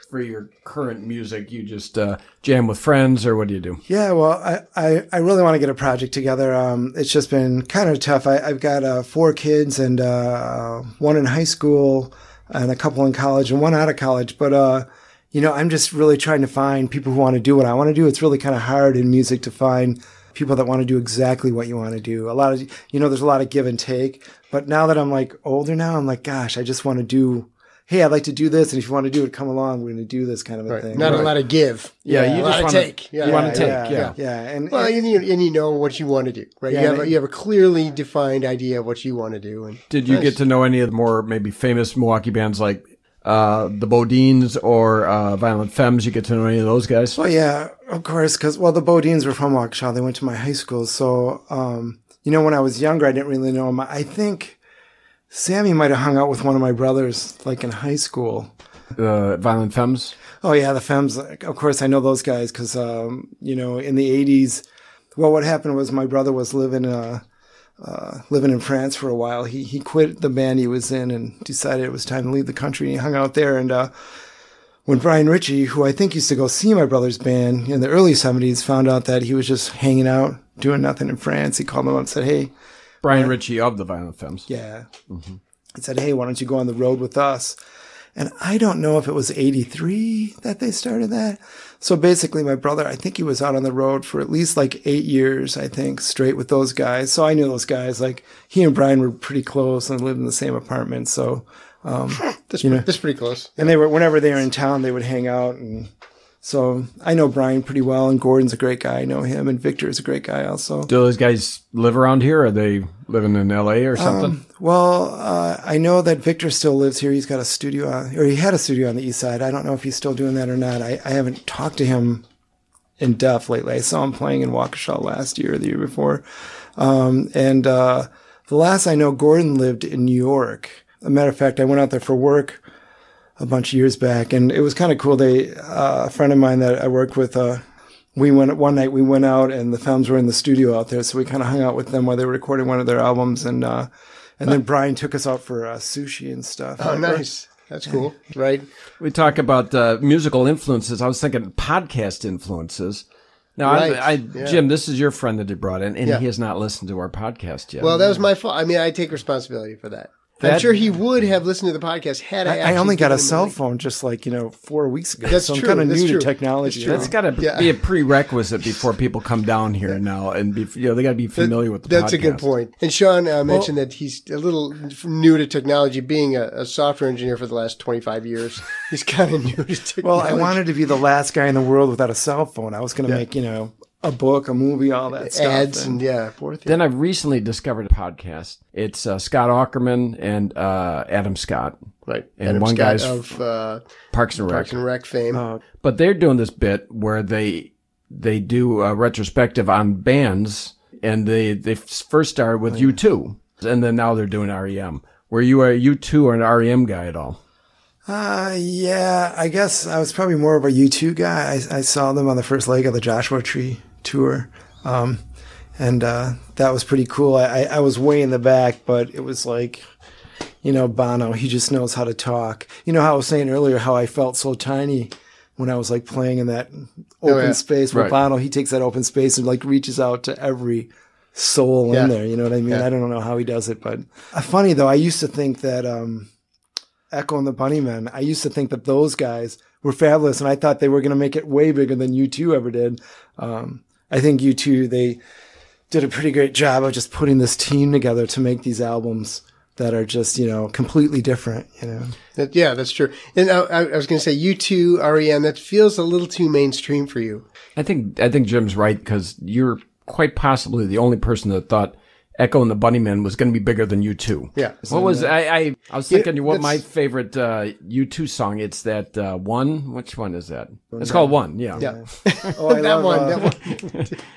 for your current music, you just uh, jam with friends, or what do you do? Yeah, well, I, I, I really want to get a project together. Um, it's just been kind of tough. I, I've got uh, four kids and uh, one in high school and a couple in college and one out of college. But, uh, you know, I'm just really trying to find people who want to do what I want to do. It's really kind of hard in music to find people that want to do exactly what you want to do. A lot of, you know, there's a lot of give and take. But now that I'm like older now, I'm like, gosh, I just want to do, hey, I'd like to do this. And if you want to do it, come along. We're going to do this kind of a thing. Not a lot of give. Yeah, you just a lot of wanna- take. Yeah. you wanna take, yeah. yeah. Yeah. And, Well, and you, and you know what you want to do, right? Yeah, you, have and a, it- you have a clearly defined idea of what you want to do, and Did you get to know any of the more maybe famous Milwaukee bands like uh, the Bodines or uh, Violent Femmes? You get to know any of those guys? Well, yeah, of course, because well, the Bodines were from Waukesha. They went to my high school, so um, you know, when I was younger, I didn't really know them. I think Sammy might have hung out with one of my brothers, like in high school. Uh, Violent Femmes. Oh yeah, the Femmes. like, Of course, I know those guys because um, you know, in the '80s, well, what happened was my brother was living uh, uh, living in France for a while. He he quit the band he was in and decided it was time to leave the country. And he hung out there and. Uh, when Brian Ritchie, who I think used to go see my brother's band in the early 70s, found out that he was just hanging out, doing nothing in France, he called him up and said, Hey, Brian Ritchie of the Violent Femmes. Mm-hmm. yeah. He said, Hey, why don't you go on the road with us? And I don't know if it was 83 that they started that. So basically, my brother, I think he was out on the road for at least like eight years, I think, straight with those guys. So I knew those guys. Like he and Brian were pretty close and lived in the same apartment. So, um, *laughs* That's, You pre- know. that's pretty close. and they were, whenever they were in town, they would hang out. And so I know Brian pretty well. And Gordon's a great guy. I know him. And Victor is a great guy also. Do those guys live around here? Are they living in L.A. or something? Well, uh, I know that Victor still lives here. He's got a studio, on, or he had a studio on the east side. I don't know if he's still doing that or not. I, I haven't talked to him in depth lately. I saw him playing in Waukesha last year, or the year before. Um, and uh, the last I know, Gordon lived in New York. a matter of fact, I went out there for work a bunch of years back, and it was kind of cool. They uh, a friend of mine that I worked with. Uh, we went one night. We went out, and the Femmes were in the studio out there, so we kind of hung out with them while they were recording one of their albums, and uh, and then Brian took us out for uh, sushi and stuff. Oh, *laughs* nice. That's cool, right? We talk about uh, musical influences. I was thinking podcast influences. Now, Right, I, I, yeah. Jim, this is your friend that you brought in, and Yeah. he has not listened to our podcast yet. Well, that was my fault. I mean, I take responsibility for that. I'm That- sure he would have listened to the podcast had I. I, I actually only got given a him the cell link. phone just like you know four weeks ago. That's so I'm true, kind of that's new true. to technology. That's that's got to Yeah. be a prerequisite before people come down here now, and be, you know they got to be familiar with the. That's a good podcast. point. And Sean uh, mentioned that he's a little new to technology, being a, a software engineer for the last 25 years. He's kind of new to technology. Well, I wanted to be the last guy in the world without a cell phone. I was going to make you know a book, a movie, all that stuff. ads and and- yeah, forth. Then I recently discovered a podcast. It's uh, Scott Ackerman and uh, Adam Scott, Right. And one guy's- of uh, Parks and Rec. Parks and Rec fame. but they're doing this bit where they they do a retrospective on bands and they they first started with u2 and then now they're doing rem were you a u2 or an rem guy at all Uh, yeah, I guess I was probably more of a U2 guy. I, I saw them on the first leg of the Joshua Tree tour. Um, and uh, that was pretty cool. I, I, I was way in the back, but it was like, you know, Bono, he just knows how to talk. You know how I was saying earlier how I felt so tiny when I was like playing in that open Oh, yeah. space where Right. Bono, he takes that open space and like reaches out to every soul Yeah. in there. You know what I mean? I don't know how he does it, but uh, funny though, I used to think that um, Echo and the Bunnymen. I used to think that those guys were fabulous, and I thought they were going to make it way bigger than you two ever did. Um, I think you two they did a pretty great job of just putting this team together to make these albums that are just you know completely different. You know, *laughs* That, yeah, that's true. And I, I I was going to say, you too, REM, E that feels a little too mainstream for you. i think i think jim's right because you're quite possibly the only person that thought Echo and the Bunnymen was going to be bigger than U2. Yeah. What was I? I, I was thinking what my that's- favorite uh, U2 song. It's that uh, one. Which one is that? It's called One. Yeah. oh, I that, one, that one.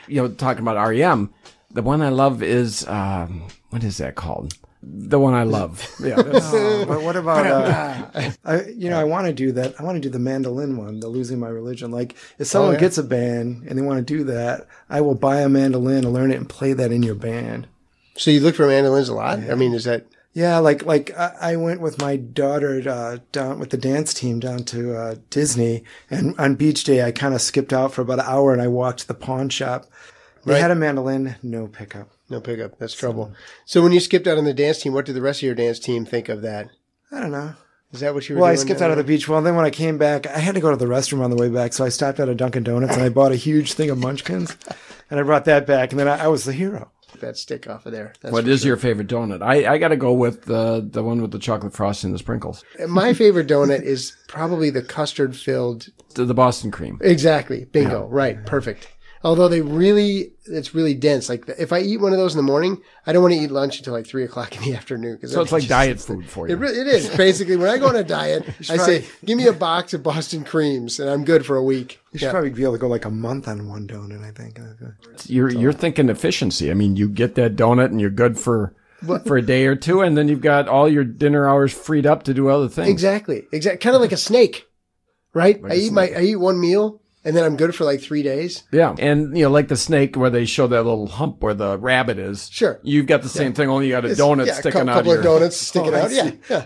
you know, talking about REM, the one I love is um, what is that called? The one I love. *laughs* Yeah, that's- but what about uh, I, you know I want to do that. I want to do the mandolin one, the losing my religion. Like Oh, if someone gets a band and they want to do that, I will buy a mandolin and learn it and play that in your band. So you look for mandolins a lot? I mean, is that. Yeah, like like I, I went with my daughter uh, down with the dance team down to uh, Disney, and on beach day I kind of skipped out for about an hour and I walked to the pawn shop. They Right. had a mandolin, no pickup. No pickup. That's trouble. So when you skipped out on the dance team, what did the rest of your dance team think of that? I don't know. Is that what you were Well, I doing? skipped out of the beach. Well, then when I came back, I had to go to the restroom on the way back, so I stopped at a Dunkin' Donuts and I bought a huge thing of *laughs* Munchkins, and I brought that back, and then I, I was the hero. that stick off of there. That's what for is sure. your favorite donut? I, I got to go with the the one with the chocolate frosting and the sprinkles, My favorite donut is probably the custard filled. the, the Boston cream. Exactly. Bingo. Right. Perfect. Although they really, it's really dense. Like if I eat one of those in the morning, I don't want to eat lunch until like three o'clock in the afternoon. Cause So it's like diet food for It, you. really, it is basically when I go on *laughs* a diet, I say, "Give me a box of Boston creams, and I'm good for a week." You should Yeah. probably be able to go like a month on one donut, I think. You're you're thinking efficiency. I mean, you get that donut and you're good for for a day or two, and then you've got all your dinner hours freed up to do other things. Exactly. Exactly. Kind of like a snake, right? I a eat my I eat one meal, and then I'm good for like three days. Yeah, and you know, like the snake where they show that little hump where the rabbit is. Sure. you've got the same thing, only you got a donut yeah, sticking a out. cou- of couple your Oh, of donuts sticking out. Yeah, yeah.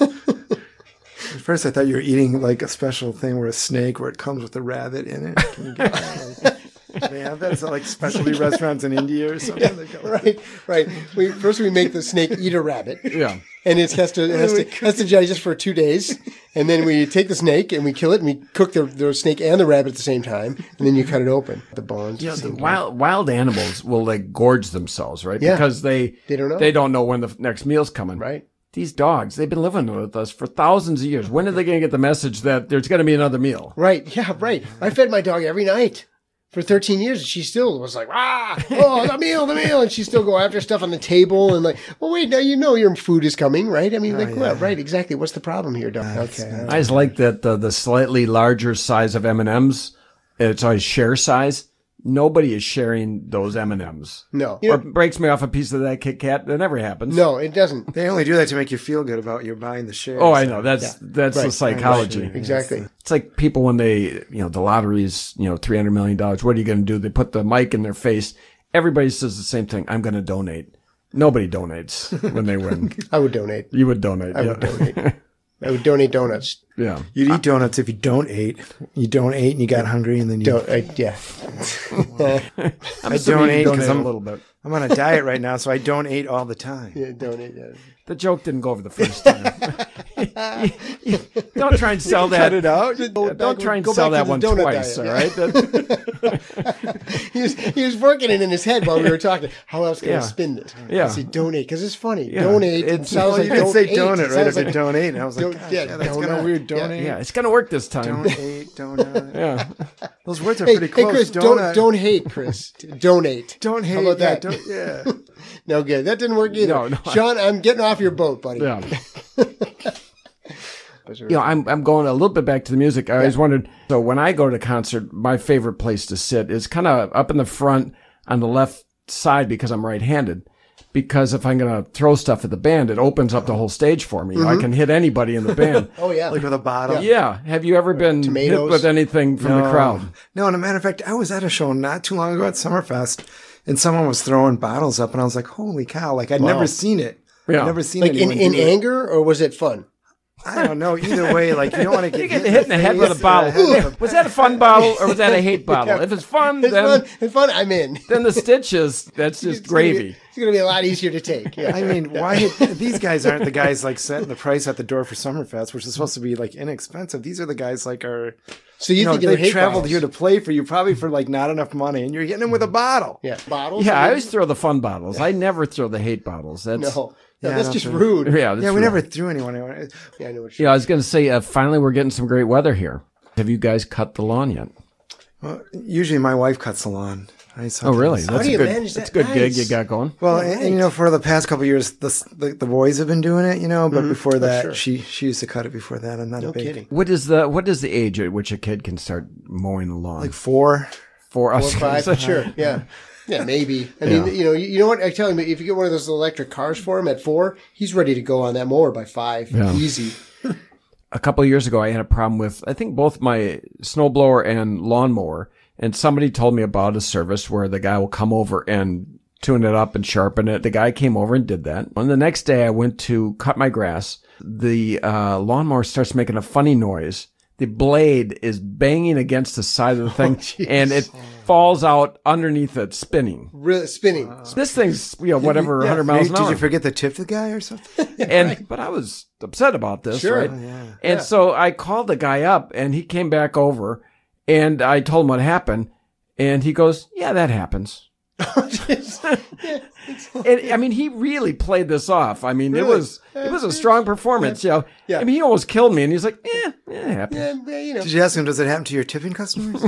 At first, I thought you were eating like a special thing where a snake, where it comes with a rabbit in it. Can you get that? *laughs* They have that at like specialty restaurants in India or something. They got, *laughs* like, right, right. We first we make the snake eat a rabbit. Yeah. And it has to *laughs* it has to has to digest for two days, and then we take the snake and we kill it and we cook the, the snake and the rabbit at the same time, and then you cut it open the bones. You know, at the the same time. wild wild animals will like gorge themselves, right? Yeah. Because they They don't know. they don't know when the next meal's coming. right. These dogs, they've been living with us for thousands of years. When are they going to get the message that there's going to be another meal? Right. Yeah. Right. I fed my dog every night for 13 years. and She still was like, ah, oh, the meal, the meal, and she still go after stuff on the table and like, well, wait, now you know your food is coming, right? I mean, Oh, like, well, right, exactly. What's the problem here, dog? okay. all right. I just like that uh, the slightly larger size of M and M's. It's always share size. Nobody is sharing those M and M's. No. Or breaks me off a piece of that Kit Kat. That never happens. No, it doesn't. they only do that to make you feel good about your buying the shares. Oh, I know. That's that's the Right. psychology. Exactly. It's like people when they, you know, the lottery's, you know, three hundred million dollars. What are you going to do? They put the mic in their face. Everybody says the same thing. I'm going to donate. Nobody donates when they *laughs* win. I would donate. you would donate. I yeah. would donate. I would donate donuts. yeah. You'd eat donuts if you don't ate. You don't ate and you got hungry and then you Don't. I, uh, *laughs* yeah. I So don't you ate because donate a I'm, little bit. I'm on a diet right now, so I don't ate all the time. yeah. Donate. Yeah. The joke didn't go over the first *laughs* time. *laughs* don't try and sell that. it out. Yeah, don't try and sell that one twice, all right? That- He was, he was working it in his head while we were talking. How else can I Yeah. spin this? Yeah. I said, donate, because it's funny. Yeah. Donate. It It's- sounds Well, like you didn't don't say eat. donut It right sounds after like- don't eat. And I was like, Don't- gosh, yeah, yeah, that's kind donut. of weird. Yeah. Don't eat. yeah, it's going to work this time. Don't eat. Donut. *laughs* Yeah. Those words are Hey, pretty hey, close. Chris, donut. don't don't hate, *laughs* Chris. Donate. Don't hate. How about yeah, that? Don't, yeah. *laughs* No good. That didn't work either. No, no. Sean, I'm getting off your boat, buddy. *laughs* Yeah. you know, I'm I'm going a little bit back to the music. I always wondered. So when I go to concert, my favorite place to sit is kind of up in the front on the left side because I'm right-handed. Because if I'm going to throw stuff at the band, it opens up the whole stage for me. Mm-hmm. I can hit anybody in the *laughs* band. Oh yeah. Like with a bottle. yeah. Have you ever been hit Tomatoes? with anything from the crowd? No, and a matter of fact, I was at a show not too long ago at Summerfest, and someone was throwing bottles up, and I was like, "Holy cow!" Like I'd never seen it. Yeah. I'd never seen like in, anyone in do it. anger or was it fun? I don't know. Either way, like you don't *laughs* want to get You get hit in the head with a bottle. *laughs* *laughs* Was that a fun bottle or was that a hate bottle? If it's fun, It's then fun. It's fun. I'm in. then the stitches that's *laughs* just It's gonna be- gravy. it's gonna be a lot easier to take. Yeah. *laughs* I mean, why *laughs* hit, these guys aren't the guys like setting the price at the door for Summerfest, which is supposed to be like inexpensive. These are the guys like are so you, you know think they they traveled bottles. here to play for you probably for like not enough money, and you're getting them with a bottle. yeah bottles? Mm. Yeah, I mean, always throw the fun bottles. I never throw the hate bottles. That's no, no Yeah, I that's don't just think- rude. yeah, that's yeah, we real. never threw anyone. anyone. Yeah, I know what you're Yeah, I was gonna say. Uh, finally, we're getting some great weather here. Have you guys cut the lawn yet? Well, usually my wife cuts the lawn. I Oh, really? That's do a you good. manage that's a that? good gig Nice. you got going. Well, and, and, you know, for the past couple of years, the, s- the the boys have been doing it, you know. Mm-hmm. But before that, she she used to cut it. Before that, I'm not a big kidding. What is the what is the age at which a kid can start mowing the lawn? like four. for us, Five, *laughs* sure, yeah, yeah, maybe. I mean, you know, you, you know what? I tell him if you get one of those electric cars for him at four, he's ready to go on that mower by five, Yeah. easy. a couple of years ago, I had a problem with, I think both my snowblower and lawnmower. And somebody told me about a service where the guy will come over and tune it up and sharpen it. The guy came over and did that. On the next day, I went to cut my grass. The uh, lawnmower starts making a funny noise. The blade is banging against the side of the thing and it falls out underneath it, spinning. Really spinning. *laughs* This thing's, you know, whatever, 100 Maybe- miles an Did hour you forget to tip the guy or something? *laughs* and but I was upset about this, Sure. Oh, right? And so I called the guy up, and he came back over, and I told him what happened, and he goes, "Yeah, that *laughs* happens." and, I mean, he really played this off. I mean, it was it was a strong performance. You know? I mean, he almost killed me, and he's like, "Yeah, yeah, it happens." Yeah, yeah, uh, you know, Did you ask him? Does it happen to your tipping *laughs* customers?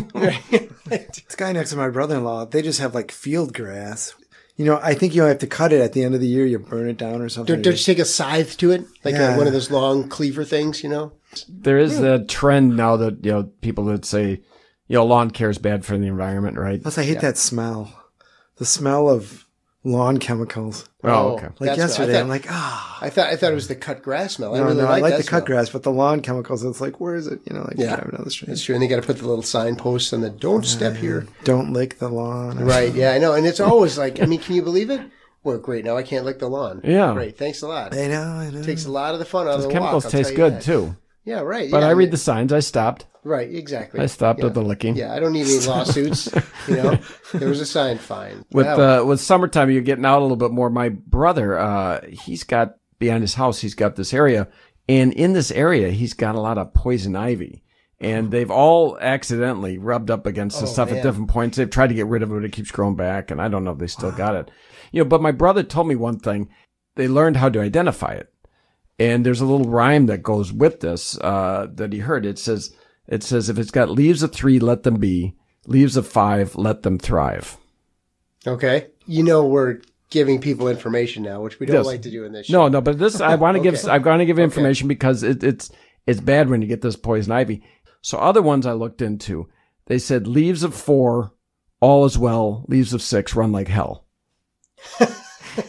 this guy next to my brother-in-law, they just have like field grass. You know, I think you have to cut it at the end of the year. You burn it down or something. don't, don't you take a scythe to it, like uh Yeah. one of those long cleaver things, you know? There is that trend now that you know people that say, you know, lawn care is bad for the environment, right? Plus, I hate that smell. The smell of lawn chemicals. Oh, okay. Like that's what I yesterday, thought- I'm like, ah. I thought I thought it was the cut grass smell. I No, really no, like, I like that the smell. cut grass, but the lawn chemicals, it's like, where is it? You know, like Yeah. driving down the street. That's true, and they got to put the little signposts on the "Don't step here." Don't lick the lawn. Right? Yeah, I know, and it's always like, I mean, can you believe it? Well, great. Now I can't lick the lawn. Yeah. Great. Thanks a lot. I know, I know. takes a lot of the fun out of the walk, Chemicals I'll tell taste you good that. too, Yeah, right. but yeah, I mean, read the signs. I stopped. Right, exactly. I stopped yeah. at the licking. Yeah, I don't need any *laughs* lawsuits. you know, there was a sign fine. With Wow. uh, with summertime, you're getting out a little bit more. My brother, uh, he's got behind his house, he's got this area, and in this area, he's got a lot of poison ivy, and they've all accidentally rubbed up against the Oh, stuff man. at different points. They've tried to get rid of it, but it keeps growing back, and I don't know if they still got *sighs* it. You know, but my brother told me one thing: they learned how to identify it, and there's a little rhyme that goes with this uh, that he heard. It says, "It says if it's got leaves of three, let them be; leaves of five, let them thrive." okay, you know we're giving people information now, which we don't Yes. like to do in this. No, show. no, but this *laughs* I want to give. Okay. I want to give information because it, it's it's bad when you get this poison ivy. So other ones I looked into, they said leaves of four, all is well. Leaves of six run like *laughs* hell.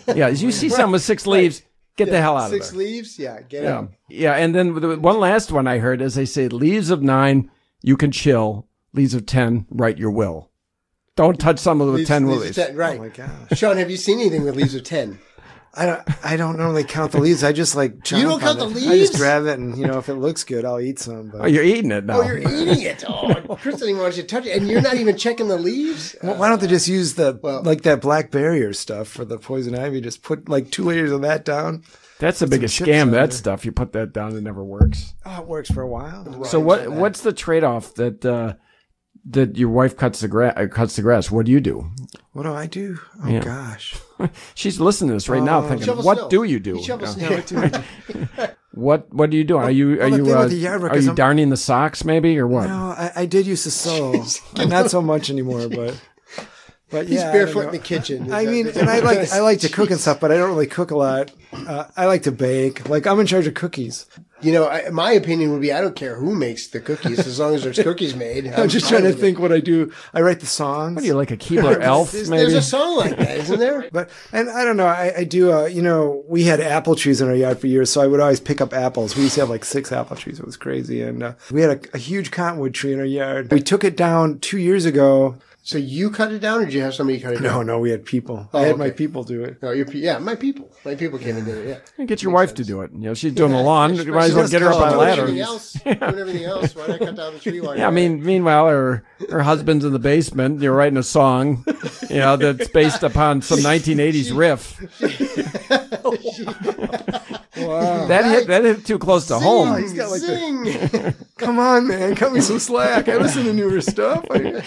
yeah, as you see something with six leaves, get the hell out six of there. leaves. Yeah, get yeah, out. yeah, and then the one last one I heard is they say leaves of nine you can chill. Leaves of ten write your will. Don't touch some of the Leaves- ten leaves lilies. of 10, right? Oh my gosh. Sean, have you seen anything with leaves *laughs* of ten? I don't. I don't normally count the leaves. I just like. chomp don't on count it. the I leaves? just grab it, and you know, if it looks good, I'll eat some. But Oh, you're eating it now. Oh, you're eating it. *laughs* Oh, Chris doesn't even want you to touch it, and you're not even checking the leaves. Uh, Well, why don't they just use the Well- like that black barrier stuff for the poison ivy? Just put like two layers of that down. That's the biggest chips on scam. That there. stuff. You put that down, it never works. Oh, it works for a while. So what what's the trade off that uh, that your wife cuts the grass cuts the grass? What do you do? What do I do? Oh Yeah. gosh. She's listening to this right Uh, now, thinking, shovel "What snow. do you do? You shovel Yeah. snow. What what do you do? Are you are well, the you thing uh, with the yard work are is you I'm- darning the socks maybe or what? No, I, I did use the *laughs* soul. Not so much anymore, but but He's yeah. I don't barefoot in know. the kitchen. *laughs* I mean, and I like I like to *laughs* cook and stuff, but I don't really cook a lot. Uh, I like to bake. Like I'm in charge of cookies. *laughs* You know, I, my opinion would be I don't care who makes the cookies as long as there's cookies made. *laughs* I'm just fine trying to with it. think what I do. I write the songs. What are you like a *laughs* Keebler elf There's, maybe? there's a song like that, isn't there? But and I don't know. I, I do. Uh, you know, we had apple trees in our yard for years, so I would always pick up apples. We used to have like six apple trees. It was crazy, and uh, we had a, a huge cottonwood tree in our yard. We took it down two years ago. So you cut it down, or did you have somebody cut it No, down? no, we had people. I had my okay. people do it. No, your, pe- yeah, my people, my people came and did it. Yeah, Get your wife to do it. You know, she's doing the lawn. You might as She well does get her up doing on a Everything ladder. *laughs* else, doing everything else. Why not cut down the tree? While Yeah, I you're mean, meanwhile, her her husband's in the basement. You're writing a song, you know, that's based upon some 1980s riff. That hit that hit too close to at home. it. Zing, zing. *laughs* Come on, man, cut me some slack. I listen to newer stuff. *laughs* I-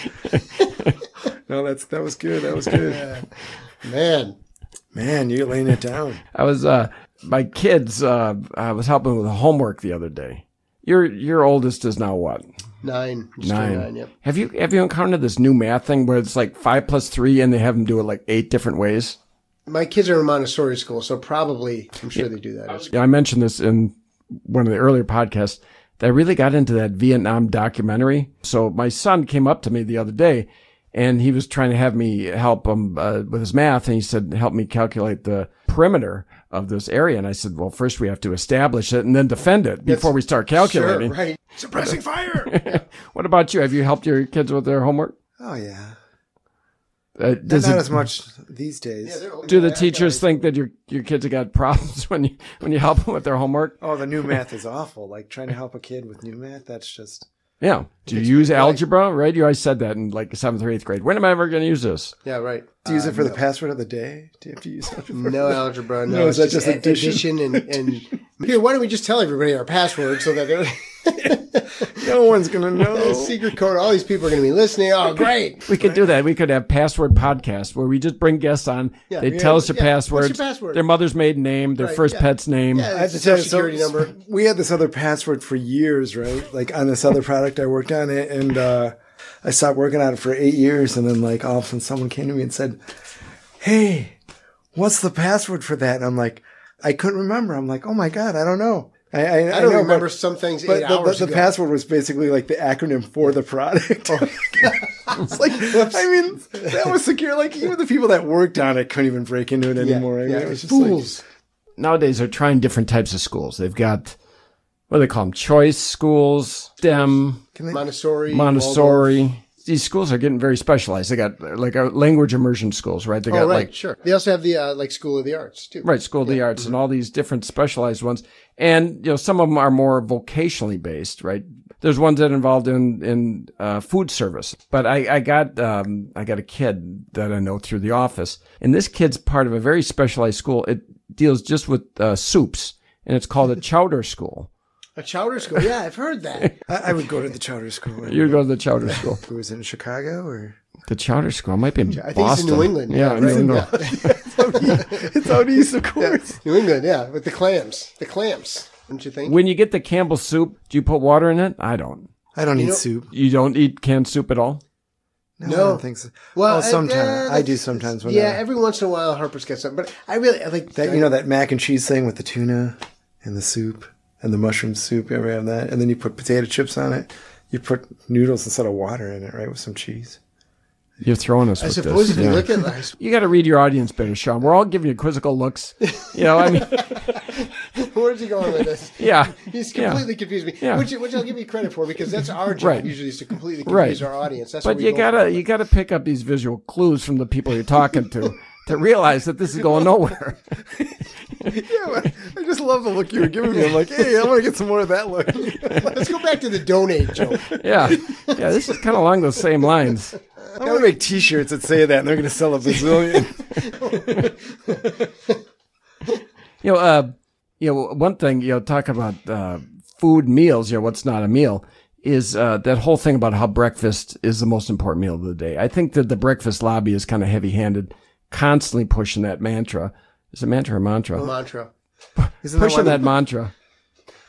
no, that's that was good. That was good. man. Man, you're laying it down. I was uh my kids uh I was helping with homework the other day. Your your oldest is now what? Nine, Just Nine. turned nine Uh, yep. Have you have you encountered this new math thing where it's like five plus three and they have them do it like eight different ways? My kids are in Montessori school, so probably I'm sure they do that. It's- Yeah, I mentioned this in one of the earlier podcasts. That I really got into that Vietnam documentary. So my son came up to me the other day, and he was trying to have me help him uh, with his math, and he said, "Help me calculate the perimeter of this area." And I said, "Well, first we have to establish it and then defend it before we start calculating." Sure, right. Suppressing fire. *laughs* What about you? Have you helped your kids with their homework? Oh yeah, Uh, does not it- as much these days. do the teachers think that your your kids have got *laughs* problems when you when you help them with their homework? Oh, the new math is awful. Like trying to help a kid with new math, that's just Yeah. Do you use algebra? Right? You I said that in like seventh or eighth grade. When am I ever going to use this? Yeah, right. Do you use it for the password of the day? Do you have to use it? For No algebra. No, *laughs* No, it's is that just a- addition? and, *laughs* and here. Why don't we just tell everybody our password so *laughs* that they're- No *laughs* one's gonna know. secret code? All these people are going to be listening. Oh, great! We could do that. We could have password podcast where we just bring guests on. they yeah, tell us their yeah. What's your passwords, password? their mother's maiden name, their Right, first yeah. pet's name. Yeah, I have to social tell you, so, security number. we had this other password for years, right? Like on this other product I worked on it, and uh, I stopped working on it for eight years, and then like all of a sudden someone came to me and said, "Hey, what's the password for that?" And I'm like, I couldn't remember. I'm like, oh my god, I don't know. I I, I don't know, but- remember some things But eight the, hours the, the ago. Oh password was basically like the acronym for the product. it's like, *laughs* I mean, that was secure. Like, even the people that worked on it couldn't even break into it anymore. I mean, it was just Fools. Nowadays, they're trying different types of schools. They've got what do they call them? Choice schools, STEM, Montessori. Montessori. These schools are getting very specialized. They got uh, like uh, language immersion schools, right? They Waldorf. got Oh, right. like sure. They also have the uh, like School of the Arts too. Right, School of the Arts Mm-hmm. and all these different specialized ones. And, you know, some of them are more vocationally based, right? There's ones that involved in in uh, food service. But I I got um, I got a kid that I know through the office, and this kid's part of a very specialized school. It deals just with uh, soups, and it's called a chowder school. A chowder school. Yeah, I've heard *laughs* that. I, I would go to the charter school. *laughs* You go to the chowder *laughs* school. Who was in Chicago or The chowder school might be in I think Boston. it's in New England. Yeah, right? New England. it's out east, of *laughs* course. New England, yeah, with the clams. The clams, don't you think? When you get the Campbell soup, do you put water in it? I don't. I don't eat know- soup. You don't eat canned soup at all. No, No. I don't think so. Well, I- sometimes yeah, I do that's- sometimes when Yeah, I- every once in a while Harper's got something, but I really I like that you know that mac and cheese thing with the tuna and the soup and the mushroom soup. You ever have that? And then you put potato chips on it. You put noodles instead of water in it, right, with some cheese. You're throwing us. I with suppose this. if you Yeah. look at I You got to read your audience better, Sean. We're all giving you quizzical looks. You know, I *laughs* mean, Where's he going with this? *laughs* yeah, He's completely confused me, Yeah. which, which I'll give you credit for because that's our job Right. usually is to completely Right. confuse our audience. That's But what we you go gotta for. you gotta pick up these visual clues from the people you're talking to to realize that this is going *laughs* nowhere. *laughs* I just love the look you were giving me. I'm like, hey, I want to get some more of that *laughs* look. Let's go back to the donate *laughs* joke. yeah, yeah. This is kind of along those same lines. I want to make T-shirts that say that, and they're going to sell a bazillion. You know, uh, you know, one thing you know, talk about uh, food meals. You know, what's not a meal is uh, that whole thing about how breakfast is the most important meal of the day. I think that the breakfast lobby is kind of heavy-handed, constantly pushing that mantra. Is it mantra or Uh-huh. mantra? Mantra. *laughs* Isn't that pushing why that mantra.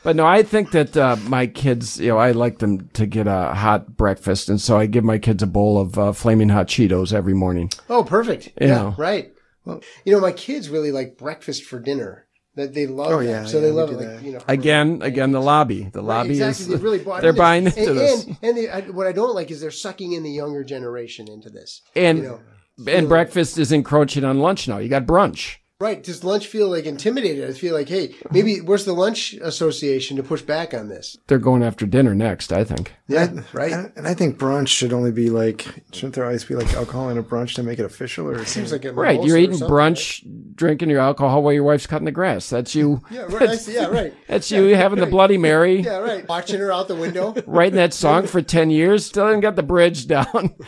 But no, I think that uh, my kids, you know, I like them to get a hot breakfast, and so I give my kids a bowl of uh, flaming hot Cheetos every morning. Oh, perfect. You yeah, know. right. Well, you know, my kids really like breakfast for dinner. That they love. Oh, that. yeah, So yeah, they we love do it. Like, that. you know, Again, again, the lobby, the Right, lobby exactly. is They really bought *laughs* they're into buying this. into and, this, And, and the, I, what I don't like is they're sucking in the younger generation into this. and you know, and breakfast is encroaching on lunch now. You got brunch. Right? Does lunch feel like intimidated? I feel like, hey, maybe where's the lunch association to push back on this? They're going after dinner next. I think. Yeah, Right. right. and I think brunch should only be like, shouldn't there always be like alcohol in a brunch to make it official? Or Seems like a Right, mimosa you're or eating something, brunch, drinking your alcohol while your wife's cutting the grass. That's *laughs* you. right? Yeah, right. I see, *laughs* yeah, right. That's you having the Bloody Mary. Yeah, right. Watching her out the window. writing that song for 10 years, still haven't got the bridge down. *laughs*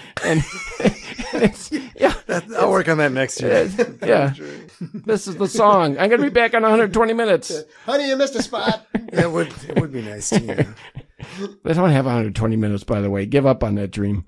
And it's, yeah, I'll work on *laughs* that next year. yeah. This is the song. I'm going to be back in 120 minutes. Honey, you missed a spot. That would *laughs* it would be nice to you. They don't have 120 minutes, by the way. Give up on that dream.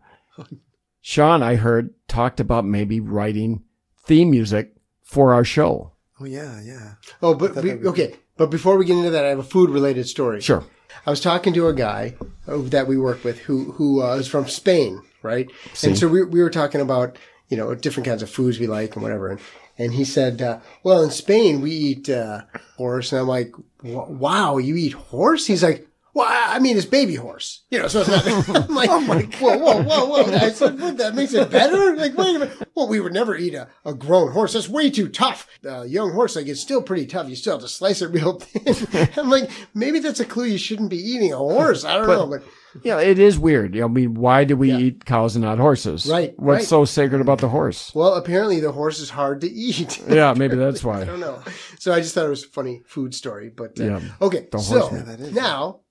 Sean, I heard, talked about maybe writing theme music for our show. Oh yeah, yeah. Oh, but we, okay. But before we get into that, I have a food related story. Sure. I was talking to a guy uh, that we work with who who uh, is from Spain, right? And so we we were talking about you know different kinds of foods we like and whatever, and and he said, uh, well, in Spain we eat uh, horse, and I'm like, "Wa- wow, you eat horse? He's like. Well, I I mean, it's baby horse, you know. So it's not. I'm like, oh my whoa, whoa, whoa, whoa! And I said, what, that makes it better. Like, wait a minute. Well, we would never eat a, a grown horse. That's way too tough. A young horse, like, it's still pretty tough. You still have to slice it real thin. I'm like, maybe that's a clue. You shouldn't be eating a horse. I don't know, but Yeah, it is weird. I mean, why do we eat cows and not horses? Right, What's right. so sacred about the horse? well, apparently the horse is hard to eat. Yeah, maybe that's why. *laughs* I don't know. So I just thought it was a funny food story. But uh, Yeah. okay, The so horse- Yeah, now,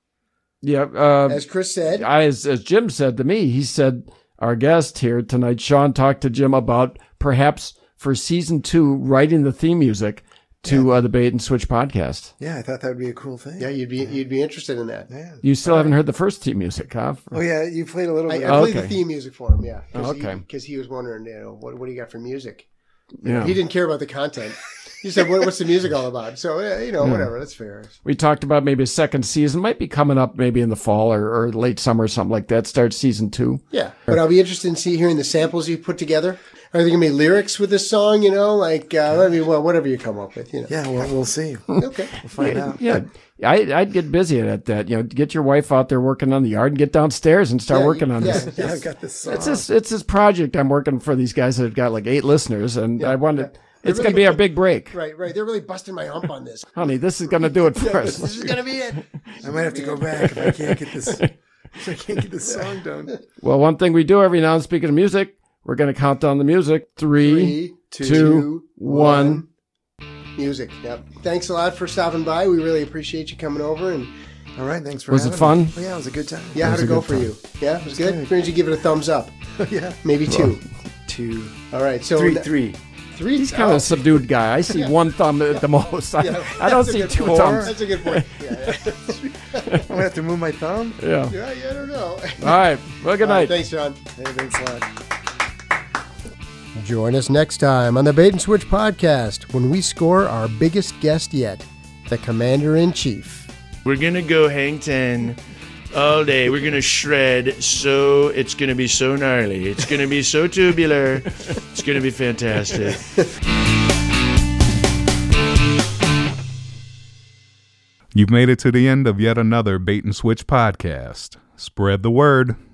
Yeah. Uh, as Chris said, I, as, as Jim said to me, he said, our guest here tonight, Sean, talked to Jim about perhaps for season two, writing the theme music to uh, the Bait and Switch podcast. Yeah, I thought that would be a cool thing. yeah, you'd be you'd be interested in that. Yeah. You still haven't heard the first theme music, huh? Oh yeah, you played a little I, I bit. played Oh, Okay. Oh, the theme music for him, yeah. Cause Okay. Because he, was wondering, you know, what, what do you got for music? Yeah. He didn't care about the content. He said, what, what's the music all about? So, yeah, you know, whatever. That's fair. We talked about maybe a second season might be coming up maybe in the fall or, or late summer or something like that. Start season two. Yeah, but I'll be interested in see hearing the samples you put together. Are there gonna be lyrics with this song? You know, like uh, I mean, well, whatever you come up with, you know. *laughs* Yeah, well, we'll see. Okay. Find out. Yeah. I, I'd get busy at that. You know, get your wife out there working on the yard and get downstairs and start working on this. Yeah, I've got this song. It's this it's this project I'm working for these guys that have got like eight listeners, and I wanted it's going to be our big break, Right, right. They're really busting my hump on this. honey. This is going to do it for us. *laughs* This is gonna be it. I might have to go back if I can't get this. if I can't get this song done. Well, one thing we do every now and speaking of music, we're going to count down the music. Three, Three, two, one. two, Music. Yep. Thanks a lot for stopping by. We really appreciate you coming over and All right, thanks for Was it having me. fun? Yeah, it was a good time. Yeah, how'd was it a go good for time. you? Yeah, it was good. As soon as you give it a thumbs up, yeah, maybe two. Two, All right, so three, th- three. three. oh, He's kind of a subdued guy. I see one thumb at the most. *laughs* I, I don't That's a see good two point. thumbs. That's a *laughs* good point. Yeah, I'm gonna have to move my thumb. Hey, Yeah. yeah, yeah I don't know. *laughs* All right. Well, good night. Thanks, John. thanks a lot. Join us next time on the Bait and Switch podcast when we score our biggest guest yet, the Commander in Chief. We're gonna go hang ten all day. We're gonna shred. So it's gonna be so gnarly. It's gonna be so tubular. It's gonna be fantastic. You've made it to the end of yet another Bait and Switch podcast. Spread the word.